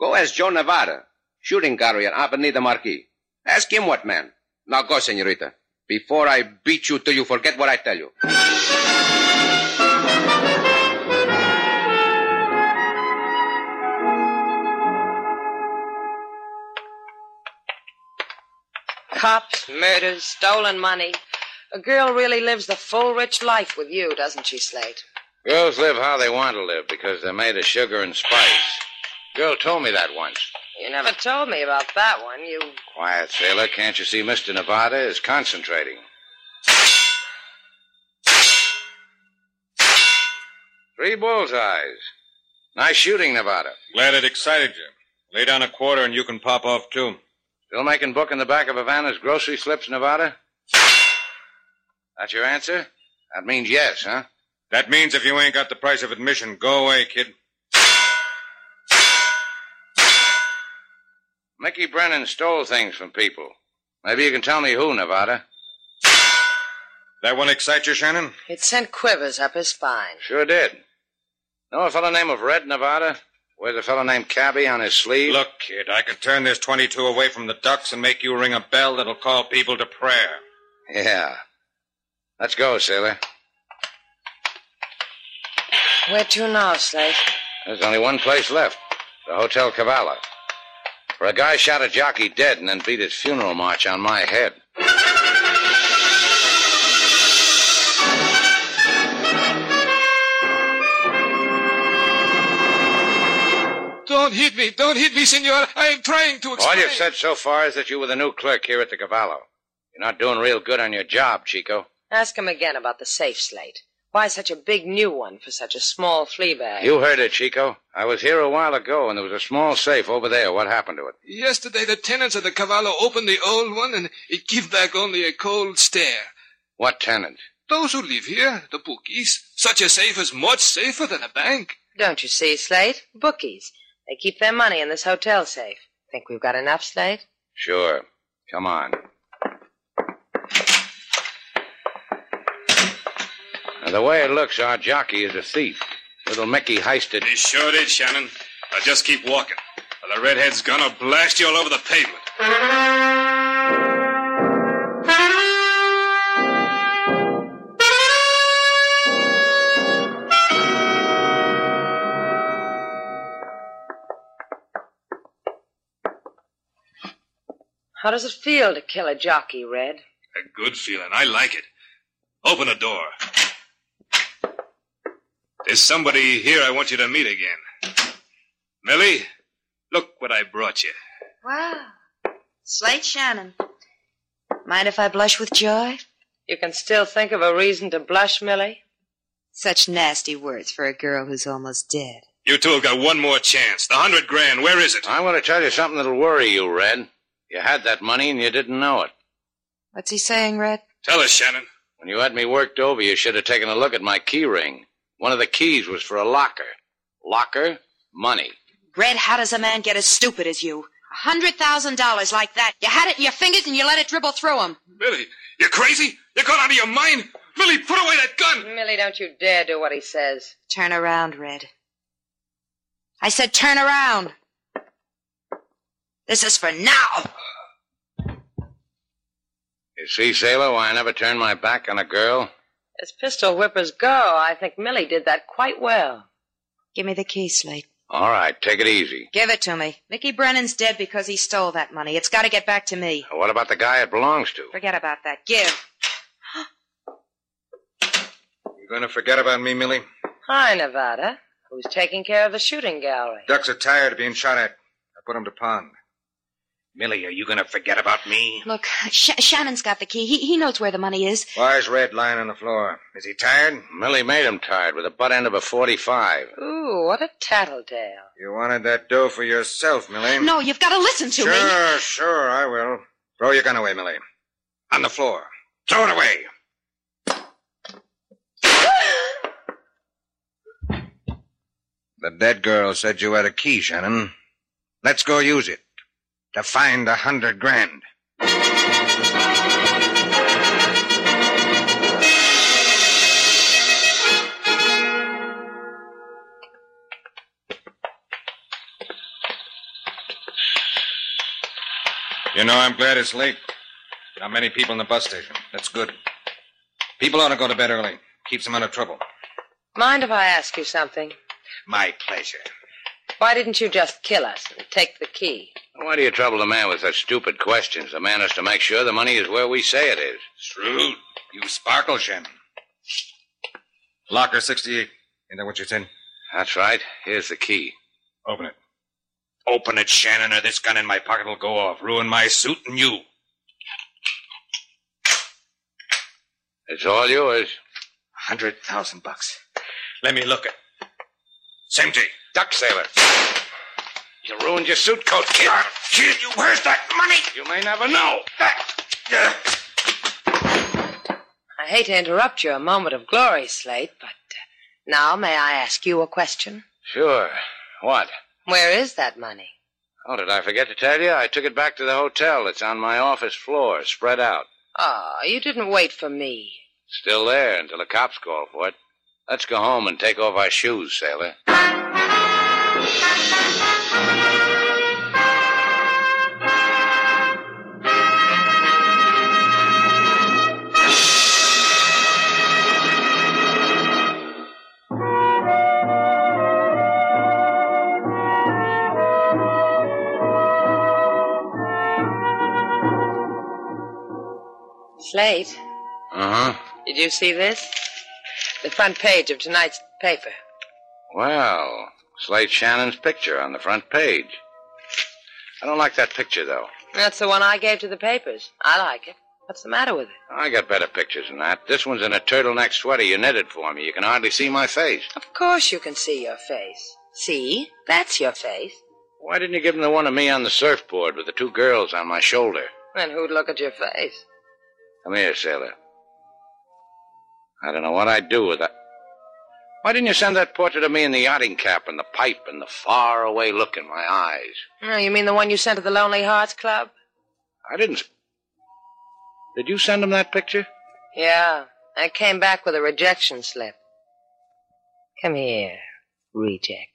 Go ask Joe Nevada, shooting gallery on Avenida Marquis. Ask him what man. Now go, senorita, before I beat you till you forget what I tell you. Cops, murders, stolen money. A girl really lives the full rich life with you, doesn't she, Slate? Girls live how they want to live because they're made of sugar and spice. Girl told me that once. You never told me about that one. You. Quiet, sailor. Can't you see Mr. Nevada is concentrating? Three bullseyes. Nice shooting, Nevada. Glad it excited you. Lay down a quarter and you can pop off, too. Still making book in the back of Havana's grocery slips, Nevada? That's your answer? That means yes, huh? That means if you ain't got the price of admission, go away, kid. Mickey Brennan stole things from people. Maybe you can tell me who, Nevada. That one excite you, Shannon? It sent quivers up his spine. Sure did. Know a fellow named of Red, Nevada? Wears a fellow named Cabby on his sleeve? Look, kid, I could turn this 22 away from the ducks and make you ring a bell that'll call people to prayer. Yeah. Let's go, sailor. Where to now, Slate? There's only one place left the Hotel Cavala. For a guy shot a jockey dead and then beat his funeral march on my head. Don't hit me. Don't hit me, senor. I am trying to All explain. you've said so far is that you were the new clerk here at the Cavallo. You're not doing real good on your job, Chico. Ask him again about the safe, Slate. Why such a big new one for such a small flea bag? You heard it, Chico. I was here a while ago, and there was a small safe over there. What happened to it? Yesterday, the tenants of the Cavallo opened the old one, and it give back only a cold stare. What tenant? Those who live here, the bookies, such a safe is much safer than a bank. Don't you see, Slate? Bookies. They keep their money in this hotel safe. Think we've got enough, Slate? Sure. Come on. Now, the way it looks, our jockey is a thief. Little Mickey heisted. He sure did, Shannon. Now just keep walking, or the redhead's gonna blast you all over the pavement. How does it feel to kill a jockey, Red? A good feeling. I like it. Open the door. There's somebody here I want you to meet again. Millie, look what I brought you. Wow. Slate Shannon. Mind if I blush with joy? You can still think of a reason to blush, Millie? Such nasty words for a girl who's almost dead. You two have got one more chance. The hundred grand, where is it? I want to tell you something that'll worry you, Red. You had that money and you didn't know it. What's he saying, Red? Tell us, Shannon. When you had me worked over, you should have taken a look at my key ring. One of the keys was for a locker. Locker, money. Red, how does a man get as stupid as you? A hundred thousand dollars like that. You had it in your fingers and you let it dribble through 'em. Millie, you crazy? You gone out of your mind? Millie, put away that gun! Millie, don't you dare do what he says. Turn around, Red. I said turn around. This is for now. You see, Sailor, why I never turned my back on a girl? As pistol whippers go, I think Millie did that quite well. Give me the key, Slate. All right, take it easy. Give it to me. Mickey Brennan's dead because he stole that money. It's got to get back to me. Now, What about the guy it belongs to? Forget about that. Give. You gonna forget about me, Millie? Hi, Nevada. Who's taking care of the shooting gallery? Ducks are tired of being shot at. I put 'em to pond. Millie, are you gonna forget about me? Look, Sh- Shannon's got the key. He he knows where the money is. Why's Red lying on the floor? Is he tired? Millie made him tired with the butt end of a 45. Ooh, what a tattletale. You wanted that dough for yourself, Millie. No, you've got to listen <laughs> to sure, me. Sure, sure, I will. Throw your gun away, Millie. On the floor. Throw it away. the dead girl said you had a key, Shannon. Let's go use it to find a hundred grand. You know, I'm glad it's late. Not many people in the bus station. That's good. People ought to go to bed early. Keeps them out of trouble. Mind if I ask you something? My pleasure. Why didn't you just kill us and take the key? Why do you trouble the man with such stupid questions? The man has to make sure the money is where we say it is. True. You sparkle, Shannon. Locker 68. Ain't that what you said? That's right. Here's the key. Open it. Open it, Shannon, or this gun in my pocket will go off. Ruin my suit and you. It's all yours. Hundred thousand bucks. Let me look at. It's empty. Duck sailor. You ruined your suit coat, Ah, kid. I'll kill you. Where's that money? You may never know. I hate to interrupt your moment of glory, Slate, but uh, now may I ask you a question? Sure. What? Where is that money? Oh, did I forget to tell you? I took it back to the hotel. It's on my office floor, spread out. Oh, you didn't wait for me. Still there until the cops call for it. Let's go home and take off our shoes, sailor. Slate, Uh-huh. Uh huh. did you see this? The front page of tonight's paper. Well, Slate Shannon's picture on the front page. I don't like that picture, though. That's the one I gave to the papers. I like it. What's the matter with it? I got better pictures than that. This one's in a turtleneck sweater you knitted for me. You can hardly see my face. Of course you can see your face. See? That's your face. Why didn't you give him the one of me on the surfboard with the two girls on my shoulder? Then who'd look at your face? Come here, sailor. I don't know what I'd do with that. Why didn't you send that portrait of me in the yachting cap and the pipe and the far away look in my eyes? Oh, you mean the one you sent to the Lonely Hearts Club? I didn't. s- Did you send him that picture? Yeah. I came back with a rejection slip. Come here, reject.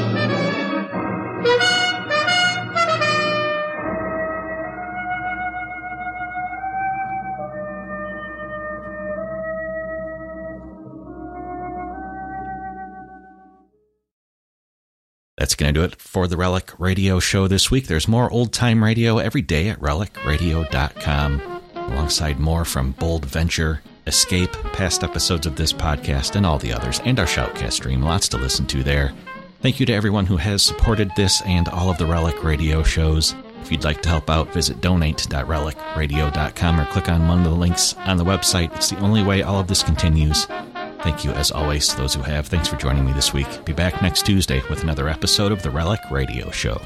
That's going to do it for the Relic Radio Show this week. There's more old time radio every day at relicradio.com, alongside more from Bold Venture, Escape, past episodes of this podcast, and all the others, and our Shoutcast stream. Lots to listen to there. Thank you to everyone who has supported this and all of the Relic Radio shows. If you'd like to help out, visit donate.relicradio.com or click on one of the links on the website. It's the only way all of this continues. Thank you, as always, to those who have. Thanks for joining me this week. Be back next Tuesday with another episode of the Relic Radio Show.